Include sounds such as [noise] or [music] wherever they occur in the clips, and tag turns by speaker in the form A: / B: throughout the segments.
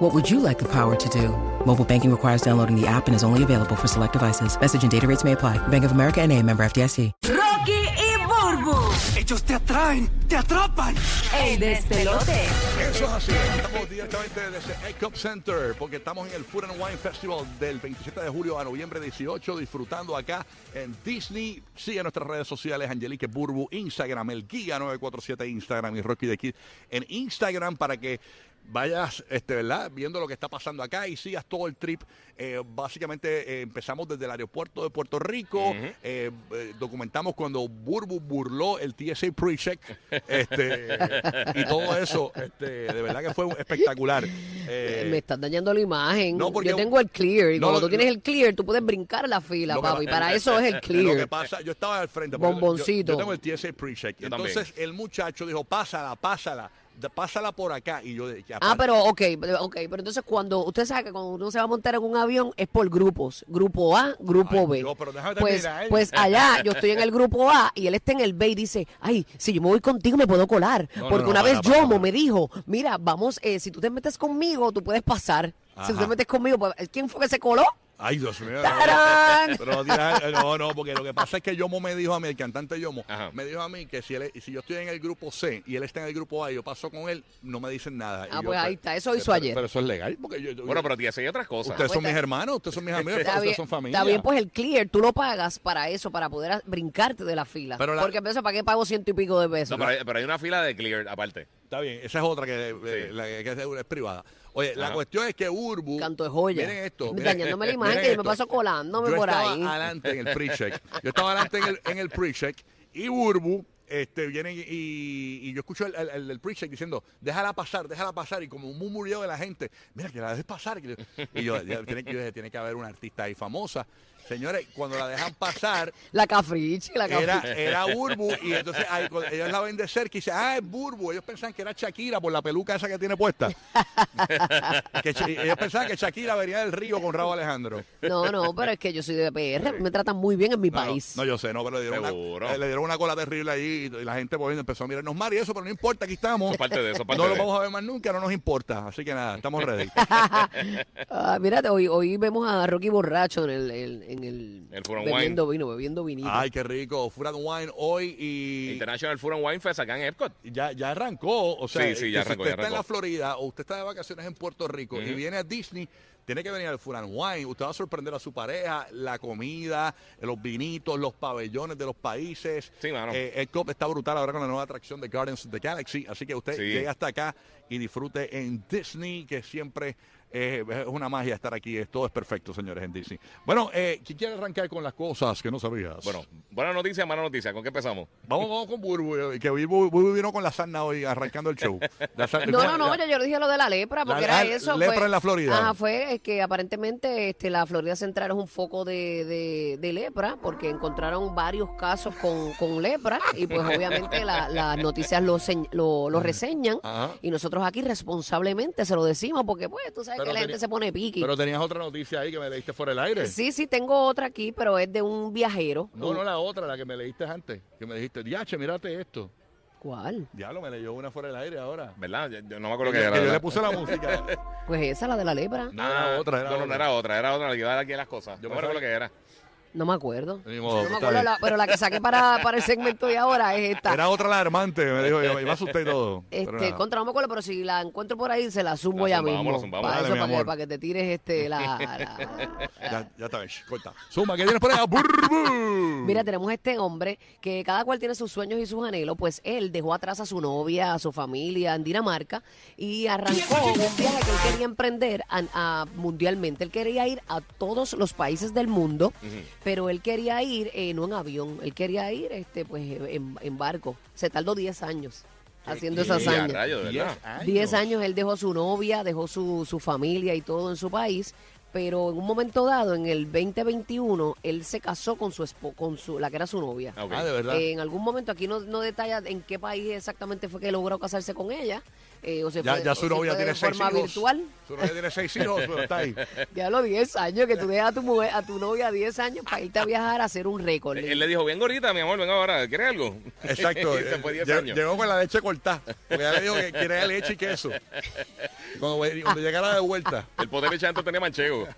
A: What would you like the power to do? Mobile banking requires downloading the app and is only available for select devices. Message and data rates may apply. Bank of America and a member FDIC.
B: Rocky y Burbu,
C: Ellos te atraen, te atrapan.
B: el despelote.
D: Eso es así, estamos directamente desde Cup Center porque estamos en el Food and Wine Festival del 27 de julio a noviembre 18 disfrutando acá en Disney. Sigue nuestras redes sociales, Angelique Burbu, Instagram, el Giga 947 Instagram y Rocky de Kid en Instagram para que vayas, este, ¿verdad? Viendo lo que está pasando acá y sigas todo el trip. Eh, básicamente eh, empezamos desde el aeropuerto de Puerto Rico, eh, eh, documentamos cuando Burbu burló el TSA pre-check este, y todo eso, este, de verdad que fue espectacular. Eh,
E: Me estás dañando la imagen.
D: No, porque-
E: yo tengo el clear. Y
D: No, eh,
E: cuando tú
D: lo-
E: tienes el clear, tú puedes brincar la fila,
D: Lo que
E: papi.
D: pa-
E: Para eso es el
D: Lo que
E: clear.
D: pasa, yo estaba al frente. porque yo-
E: Bomboncito.
D: Yo, tengo el TSA pre-check. Entonces el muchacho dijo, pásala, pásala, da- pásala por acá. Y yo de- que
E: Ah,
D: aparte-
E: pero ok, ok. Pero entonces cuando usted sabe que cuando uno se va a montar en un avión es por grupos. Grupo A, grupo
D: Ay,
E: B.
D: Dios, pero déjame
E: pues,
D: terminar. eh.
E: pues allá yo estoy en el grupo A y él está en el B y dice, ay, si yo me voy contigo me puedo colar. porque una vez Yomo me dijo, mira, vamos, eh, si tú te metes conmigo, tú puedes pasar. Si tú te
D: Ajá.
E: metes conmigo, pues, ¿quién fue que se
D: [laughs]
E: coló?
D: Ay, Dios mío. no.
E: ¡Tarán!
D: Pero no, tienes- no, no, porque lo que pasa es que Yomo me dijo a mí, el cantante Yomo,
F: Ajá.
D: me dijo a mí que si, él, si yo estoy en el grupo C y él está en el grupo A y yo paso con él, no me dicen nada. Y
E: Ah,
D: yo, eh,
E: pues ahí está, eso hizo
D: pero-
E: ayer.
D: Pero eso es legal. Porque yo, yo-
F: Bueno, pero tía, hay otras cosas.
D: ustedes son
E: pues,
D: mis
E: está-
D: hermanos, ustedes son mis amigos,
E: Está bien,
D: ustedes son familia.
E: está bien, pues el clear, tú lo pagas para eso, para poder a- brincarte de la fila.
D: Pero la-
E: Porque a veces, ¿para qué pago ciento y pico de pesos?
F: No, pero, hay, pero hay una fila de clear aparte.
D: Está bien, esa es otra que, eh,
F: Sí.
D: la que- que es, es privada. Oye, la
F: Ajá.
D: cuestión es que Urbu.
E: Canto de joya.
D: Miren esto.
E: Dañándome la imagen,
D: miren
E: que yo me
D: esto.
E: paso colándome
D: Yo
E: por
D: estaba
E: ahí.
D: adelante en el pre-check. Yo estaba adelante en el, en el pre-check. Y Urbu este, viene y, y yo escucho el, el- el del pre-check diciendo, déjala pasar, déjala pasar. Y como un murmullo de la gente, mira, que la dejes pasar. que le- Y yo, ya, tiene, que- yo dije, tiene que haber una artista ahí famosa. Señores, cuando la dejan pasar,
E: La cafriche, la cafriche. [laughs]
D: era, era Burbu y entonces ahí, cuando ellos la ven de cerca y dicen, ah, es Burbu. Ellos pensaban que era Shakira por la peluca esa que tiene puesta. Que Sha- ellos pensaban que Shakira venía del río con Raúl Alejandro.
E: No, no, pero es que yo soy de PR, me tratan muy bien en mi
D: No, no,
E: país.
D: no, yo sé, no, pero le dieron, una,
F: Seguro.
D: eh, le dieron una cola terrible ahí y, y la gente pues, empezó a mirarnos mal y eso, pero no importa, aquí estamos.
F: Es parte de eso, es parte
D: no lo
F: de.
D: vamos a ver más nunca, no nos importa. Así que nada, estamos ready.
F: [laughs]
E: Ah, mírate, hoy, hoy vemos a Rocky borracho en el, el- en el,
F: El Furon
E: bebiendo vino, bebiendo vinito.
D: Ay, qué rico. Food and Wine hoy y...
F: International Food and Wine Fest acá en Epcot.
D: ya, ya arrancó. O sea,
F: Sí, sí, ya
D: que
F: arrancó,
D: si usted
F: ya
D: está en la
F: arrancó.
D: Florida o usted está de vacaciones en Puerto Rico y viene a Disney, tiene que venir al Furan Wine. Usted va a sorprender a su pareja, la comida, los vinitos, los pabellones de los países.
F: Sí, mano.
D: Eh, el COP está brutal ahora con la nueva atracción de Gardens of the Galaxy. Así que usted
F: Sí.
D: llegue hasta acá y disfrute en Disney, que siempre. eh, es una magia estar aquí, es- todo es perfecto, señores, en Disney. Bueno, eh, ¿quién quiere arrancar con las cosas que no sabías?
F: Bueno, buena noticia, mala noticia. ¿Con qué empezamos?
D: Vamos, vamos con Burbu, eh, que Burbu, Burbu vino con la sarna hoy arrancando el show. La sarna-
E: No, no, no, yo, yo le dije lo de la lepra, porque
D: La-
E: era eso.
D: lepra
E: fue-
D: en la Florida.
E: Ajá, fue eh, que aparentemente este, la Florida Central es un foco de, de- de lepra, porque encontraron varios casos con, con lepra, y pues obviamente la- las noticias lo, señ- lo, lo reseñan,
D: Ajá.
E: y nosotros aquí responsablemente se lo decimos, porque pues tú sabes
D: Pero
E: que la
D: tenía-
E: gente se pone piqui.
D: Pero tenías otra noticia ahí que me leíste fuera del aire.
E: Sí, sí, tengo otra aquí, pero es de un viajero.
D: No, no la otra, la que me leíste antes. Que me dijiste, diache, mírate esto.
E: ¿Cuál?
D: Diablo, me leyó una fuera del aire ahora.
F: ¿Verdad? Yo, yo no me acuerdo qué
D: Que
F: era.
D: yo le
F: ¿verdad?
D: puse la música.
F: [laughs]
E: Pues esa, la de la lepra.
D: No, era
F: Ah,
D: otra, era
F: no, no,
D: otra.
F: no era otra, era otra, la que iba a dar aquí las cosas.
D: Yo
F: Yo no me acuerdo
D: pensaba-
F: qué era.
E: No me acuerdo.
D: Ni modo,
E: no me
D: está
E: acuerdo,
D: bien.
E: la- pero la que saqué para, para el segmento de ahora es esta.
D: Era otra alarmante, me dijo, yo, y me asusté y todo. Pero
E: Este,
D: nada.
E: contra, no me acuerdo, pero si la encuentro por ahí, se la zumbo
F: La
E: ya
F: zumbamos,
E: mismo.
F: la zumbamos.
E: para
D: Dale,
E: eso,
D: mi
E: para que,
D: amor.
E: para que te tires
D: [laughs]
E: este, la, la-
D: ya, ya está bien, shh, corta. Suma, ¿qué
E: [laughs]
D: tienes por allá? Burbu.
E: Mira, tenemos este hombre que cada cual tiene sus sueños y sus anhelos, pues él dejó atrás a su novia, a su familia en Dinamarca y arrancó un viaje que él quería emprender a- a- mundialmente. Él quería ir a todos los países del mundo, pero él quería ir eh, no en avión, él quería ir este, pues en, en barco. Se tardó 10 años haciendo esa
F: Y a
E: hazaña.
F: rayos, de
D: Diez
F: ¿verdad?
E: Diez años él dejó su novia, dejó su, su familia y todo en su país pero en un momento dado, en el 2021, él se casó con su espo- con su, la que era su novia.
F: Ah, ok.
D: Ah, de verdad.
E: Eh, en algún momento, aquí no, no detalla en qué país exactamente fue que logró casarse con ella. eh, o se
D: ya,
E: fue-
D: ya
E: o
D: su
E: si
D: novia
E: fue
D: tiene
E: de
D: seis
E: forma
D: hijos. [laughs]
E: virtual.
D: Su novia tiene seis hijos, pero está ahí.
E: Ya los 10 años, que tú dejas a tu, mujer, a tu novia 10 años para irte a viajar a hacer un récord.
F: Él le dijo, ven ahorita, mi amor, ven ahora, ¿quieres algo?
D: Exacto.
F: [laughs] y se fue
D: eh,
F: 10
D: lle-
F: años.
D: Llegó con la leche cortada. Porque ya le dijo que quiere leche y queso. Cuando, cuando llegara de vuelta.
F: El poder de Chanto
D: [laughs]
F: tenía manchego.
E: [laughs]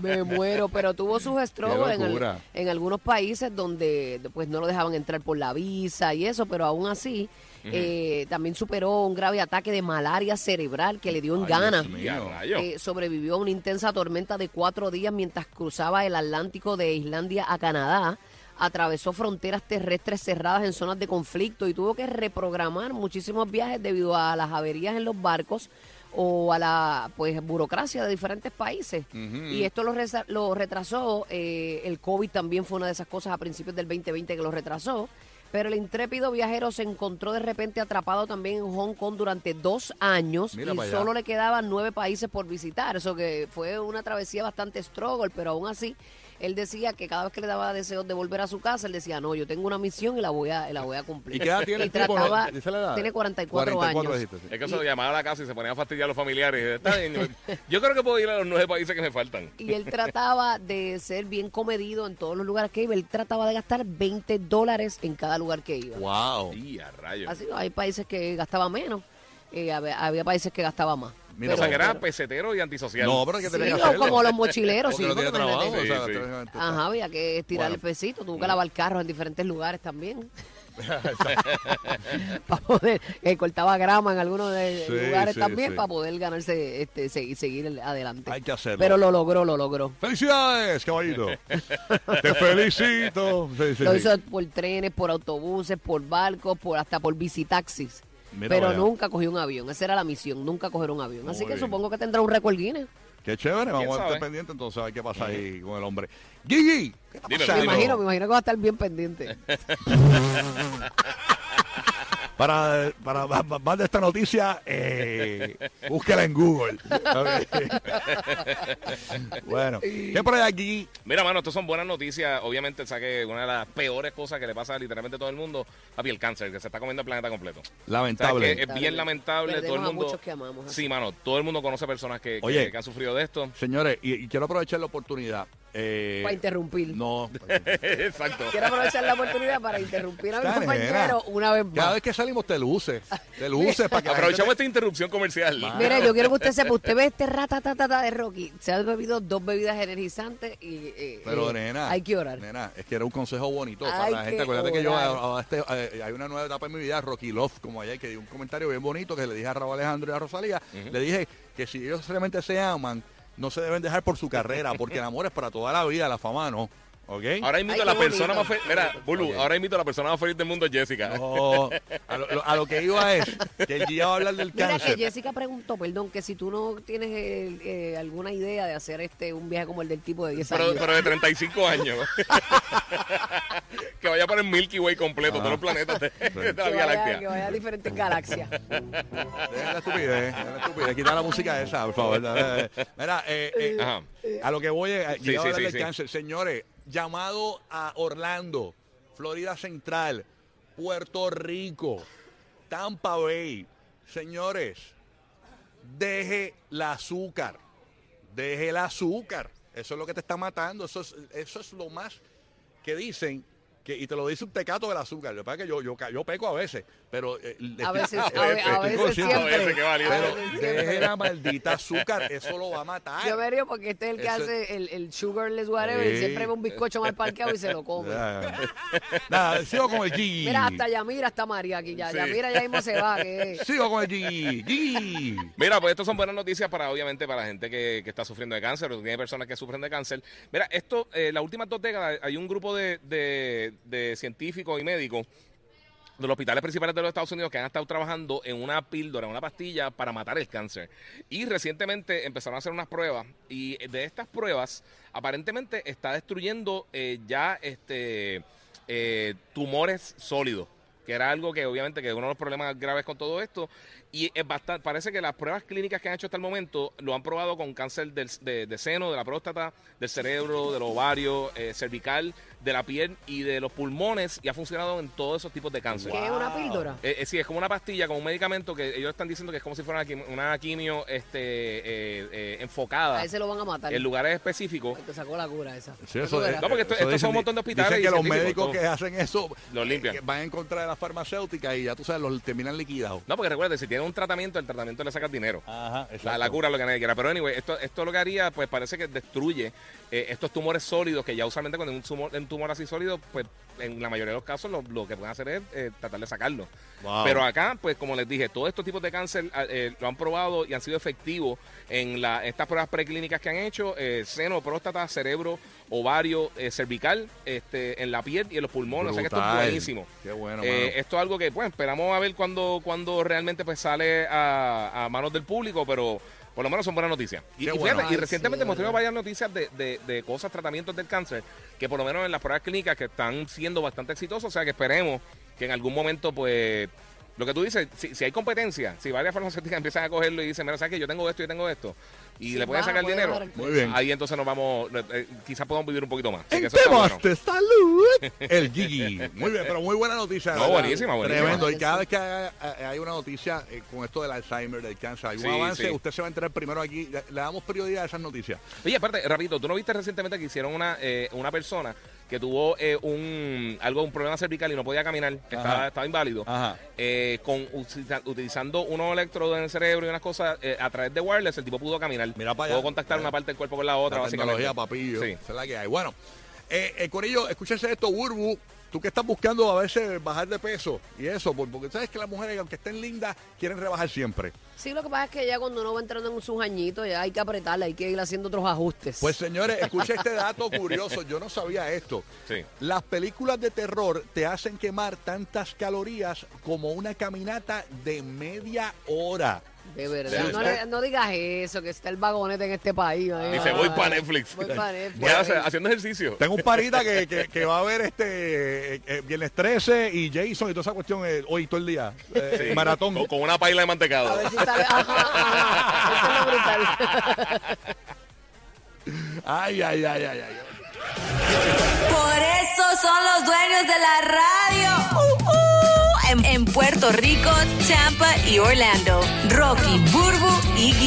E: Me muero, pero tuvo sus estrogos en, al-
D: locura.
E: en algunos países donde pues no lo dejaban entrar por la visa y eso, pero aún así eh, también superó un grave ataque de malaria cerebral que le dio en
D: Ay,
E: Ghana.
D: Dios mío.
F: Y a rayos.
E: Eh, sobrevivió a una intensa tormenta de cuatro días mientras cruzaba el Atlántico de Islandia a Canadá. Atravesó fronteras terrestres cerradas en zonas de conflicto y tuvo que reprogramar muchísimos viajes debido a las averías en los barcos o a la pues burocracia de diferentes países. Y esto lo, resa- lo retrasó. eh, el COVID también fue una de esas cosas a principios del 2020 que lo retrasó. Pero el intrépido viajero se encontró de repente atrapado también en Hong Kong durante dos años
D: Mira
E: y
D: para allá.
E: solo le quedaban nueve países por visitar. Eso que fue una travesía bastante struggle, pero aún así él decía que cada vez que le daba deseos de volver a su casa, él decía, no, yo tengo una misión y la voy a, y la voy a cumplir.
D: ¿Y qué edad tiene el tipo? no?
E: trataba-
D: ¿Dice la edad?
E: Tiene 44, años.
D: dijiste, sí.
F: Es que se lo llamaba a la casa y se ponía a fastidiar a los familiares. Está bien, Yo creo que puedo ir a los nueve países que me faltan.
E: Y él trataba de ser bien comedido en todos los lugares que iba. Él trataba de gastar 20 dólares en cada lugar que iba.
D: Wow.
F: Y a rayos.
E: Así, hay países que gastaba menos, eh, había, había países que gastaba más.
D: Mira,
F: o sea, que
D: pero-
F: era pesetero y antisocial.
D: No, pero hay que
E: Sí,
D: tener que
E: o
D: hacerlo.
E: como los mochileros,
D: Porque
E: sí,
D: no tiene
E: porque
D: trabajo.
E: imagínate.
D: o sea,
F: Sí, sí.
D: teóricamente está-
E: Ajá, había que estirar
D: Bueno.
E: el pesito, tuvo que lavar carros en diferentes
D: [laughs]
E: lugares también. para poder, eh, cortaba grama en algunos de-
D: Sí,
E: lugares
D: sí,
E: también
D: sí.
E: para poder ganarse este, seguir, seguir adelante.
D: Hay que hacerlo.
E: Pero lo logró, lo logró.
D: ¡Felicidades,
F: [laughs]
D: caballito! ¡Te felicito! Sí, sí,
E: Lo
D: sí.
E: hizo por trenes, por autobuses, por barcos, por hasta por visitaxis.
D: Mira
E: Pero
D: para allá.
E: nunca cogió un avión. Esa era la misión, nunca coger un avión. Así
D: Muy
E: que
D: bien.
E: supongo que tendrá un récord Guinness.
D: ¡Qué chévere! Vamos a
F: sabe?
D: estar pendientes entonces a ver qué pasa ahí con el hombre. ¡Gigi! ¿Qué está
F: Dímelo,
E: Me
D: pasando?
F: dímelo.
E: imagino, me imagino que va a estar
D: [laughs]
E: bien pendiente.
D: Para, para ma- ma- más de esta noticia, eh, búsquela en Google. Ok. [laughs] bueno, ¿qué por allá, Gigi?
F: Mira, mano, estas son buenas noticias. Obviamente, saque una de las peores cosas que le pasa literalmente a todo el mundo, papi, el cáncer, que se está comiendo el planeta completo.
D: Lamentable.
F: O sea, que Es bien lamentable.
E: Perdemos
F: todo el
E: a
F: mundo.
E: muchos que amamos, así.
F: sí, mano, todo el mundo conoce personas que, que-
D: Oye.
F: que han sufrido de esto. [laughs]
D: Señores, y, y quiero aprovechar la oportunidad. eh,
E: Para interrumpir. [laughs]
D: No.
F: Exacto.
E: Quiero aprovechar la oportunidad para interrumpir a mi
D: Está nena.
E: compañero una vez
D: Cada
E: más.
D: vez que salimos te luces. Te luces para que la gente
F: Aprovechamos esta interrupción comercial.
E: Mire, yo quiero que usted sepa, usted ve este ratatatata de Rocky, se ha bebido dos bebidas energizantes y eh,
D: Pero
E: eh,
D: nena,
E: hay que orar.
D: Nena, es que era un consejo bonito para
E: Hay
D: la gente.
E: que
D: Acuérdate que yo
E: orar.
D: a- a este- a- hay una nueva etapa en mi vida, Rocky Love, como ayer que di un comentario bien bonito que le dije a Raúl Alejandro y a Rosalía, le dije que si ellos realmente se aman, no se deben dejar por su carrera, porque el amor es para toda la vida, la fama no. ¿Ok?
F: Ahora invito
E: Ay,
F: a la
E: qué
F: persona
E: bonito.
F: más feliz. Mira, Bulu,
D: Ok.
F: ahora invito a la persona más feliz del mundo, Jessica.
D: No, Oh, a, lo, a lo que iba es que el día va a hablar del
E: Mira que
D: cáncer.
E: Jessica preguntó, perdón, que si tú no tienes eh, eh, alguna idea de hacer este un viaje como el del tipo de 10
F: Pero,
E: años.
F: pero de
E: [laughs]
F: 35 años. [laughs] que vaya para el Milky Way
D: Ah.
F: completo, todos los
D: [laughs]
F: planetas de,
E: que,
F: de la Vía
E: vaya, que
F: Láctea.
E: vaya a diferentes galaxias.
D: Dejen la estupidez, dejen la estupidez. Quita la música esa, por favor. Dale, dale. Mira, eh, eh,
F: Ajá.
D: a lo que voy es, eh, llegaba
F: Sí, sí,
D: a hablar
F: sí,
D: del
F: sí.
D: cáncer. Señores, llamado a Orlando, Florida Central, Puerto Rico, Tampa Bay. Señores, deje el azúcar. Deje el azúcar. Eso es lo que te está matando. Eso es, eso es lo más que dicen. Que, y te lo dice un tecato del azúcar. Lo que pasa es que yo, yo, ca- yo peco a veces, pero... eh, le
E: A
D: estoy-
E: veces, a,
D: estoy
E: ve- a veces
D: consciente.
E: siempre.
F: Ese que valió.
E: A
D: Pero
E: veces
D: deje
E: siempre.
D: la maldita azúcar, eso lo va a matar.
E: Yo me río porque este es el que
D: Eso-
E: hace el, el sugarless whatever y
D: Sí.
E: siempre ve un bizcocho mal parqueado y se lo come.
D: Ya. Nada, sigo con el Gigi.
E: Mira, hasta Yamira está María aquí ya.
F: Sí.
E: Yamira ya mismo se va. Que...
D: [laughs] Sigo con el Gigi. Gigi.
F: Mira, pues estas son buenas noticias para, obviamente, para la gente que, que está sufriendo de cáncer o tiene personas que sufren de cáncer. Mira, esto, eh, las últimas dos décadas hay un grupo de, de- de científicos y médicos de los hospitales principales de los Estados Unidos que han estado trabajando en una píldora, en una pastilla para matar el cáncer. Y recientemente empezaron a hacer unas pruebas y de estas pruebas aparentemente está destruyendo eh, ya este eh, tumores sólidos que era algo que obviamente que uno de los problemas graves con todo esto Y es bastante, parece que las pruebas clínicas que han hecho hasta el momento lo han probado con cáncer del, de, de seno, de la próstata, del cerebro, del ovario, eh, cervical, de la piel y de los pulmones y ha funcionado en todos esos tipos de cáncer.
E: ¿Qué es una píldora?
F: Eh, eh, sí, es como una pastilla, como un medicamento que ellos están diciendo que es como si fuera una quimio, una quimio, este, eh, eh, enfocada
E: A ese lo van a matar.
F: en lugares específicos.
E: Ay, Te sacó la cura esa.
D: Sí,
E: ¿Te
D: eso,
E: acuerdas?
F: No, porque esto-
D: eso
F: estos son un montón de hospitales
D: Dicen
F: y
D: que los
F: científicos,
D: médicos
F: todo.
D: que hacen eso
F: Los limpian.
D: eh, van en contra de las farmacéuticas y ya tú sabes, los terminan liquidados.
F: No, porque recuerda, si tiene un tratamiento, el tratamiento le sacas dinero.
D: Ajá,
F: La, la cura lo que nadie quiera. Pero anyway, esto, esto lo que haría, pues parece que destruye eh, estos tumores sólidos, que ya usualmente cuando hay un tumor, un tumor así sólido, pues en la mayoría de los casos lo, lo que pueden hacer es eh, tratar de sacarlo.
D: Wow.
F: Pero acá, pues como les dije, todos estos tipos de cáncer ah, eh, lo han probado y han sido efectivos en la, estas pruebas preclínicas que han hecho, eh, seno, próstata, cerebro, ovario, eh, cervical, este, en la piel y en los pulmones. O sea que esto
D: Brutal.
F: es buenísimo.
D: Qué bueno,
F: Eh,
D: mano.
F: esto es algo que pues esperamos a ver cuando, cuando realmente pues sale a, a manos del público, pero por lo menos son buenas noticias. Y,
D: Qué
F: y
D: bueno.
F: fíjate, y
E: Ay,
F: recientemente
E: sí,
F: hemos tenido
E: verdad.
F: varias noticias de, de- de cosas, tratamientos del cáncer, que por lo menos en las pruebas clínicas que están siendo bastante exitosos, o sea que esperemos que en algún momento pues... Lo que tú dices, si, si hay competencia, si varias farmacéuticas [laughs] empiezan a cogerlo y dicen, mira, ¿sabes que Yo tengo esto, yo tengo esto, y
E: Sí,
F: le pueden
E: van a
F: sacar
E: poder
F: dinero,
E: bajar el
D: Muy bien.
F: ahí entonces nos vamos, eh, quizás podamos vivir un poquito más. Así que
D: En
F: eso está
D: temas
F: bueno.
D: de
F: [laughs]
D: salud, el Gigi. Muy bien, pero muy buena noticia.
F: No,
D: ¿verdad?
F: buenísima, buenísima.
D: Tremendo. Y
E: Sí.
D: cada vez que haga- hay, una noticia eh, con esto del Alzheimer, del cáncer, algún
F: Sí,
D: avance,
F: sí.
D: usted se va a enterar primero aquí. Le le damos prioridad a esas noticias.
F: Oye, aparte, rapidito, ¿tú no viste recientemente que hicieron una, eh, una persona que tuvo eh, un algo un problema cervical y no podía caminar, que estaba, estaba inválido,
D: Ajá.
F: eh, con utiliza- utilizando unos electrodos en el cerebro y unas cosas eh, a través de wireless, el tipo pudo caminar,
D: Mira para allá.
F: pudo contactar
D: Mira.
F: una parte del cuerpo con la otra,
D: la
F: básicamente.
D: tecnología, papillo.
F: Sí.
D: Esa es la que hay. Bueno, eh, eh, Corillo, escúchese esto, Burbu. Tú que estás buscando a veces bajar de peso y eso, por- porque sabes que las mujeres, aunque estén lindas, quieren rebajar siempre.
E: Sí, lo que pasa es que ya cuando uno va entrando en sus añitos, ya hay que apretarla, hay que ir haciendo otros ajustes.
D: Pues señores, escucha este dato curioso. Yo no sabía esto.
F: Sí.
D: Las películas de terror te hacen quemar tantas calorías como una caminata de media hora.
E: de verdad,
F: Sí,
E: no,
F: sí.
E: le- no dices eso, que está el vagonete en este país. ay,
F: Ah, Dice,
E: ay,
F: voy para Netflix. [laughs]
E: Voy para Netflix.
F: Voy a hacer- haciendo ejercicio.
D: Tengo un parita que, que- que va a ver este eh, eh, Viernes 13 y Jason y toda esa cuestión eh, hoy todo el día. Eh,
F: Sí.
D: Maratón.
F: Con, con una paila de mantecado.
E: A ver si sale. Ajá, ajá. Eso es lo brutal.
F: [laughs]
D: Ay, ay, ay, ay, ay.
B: Por eso son los dueños de la radio. Uh, uh. En, en Puerto Rico, Tampa y Orlando. Rocky, Burbu y Gui-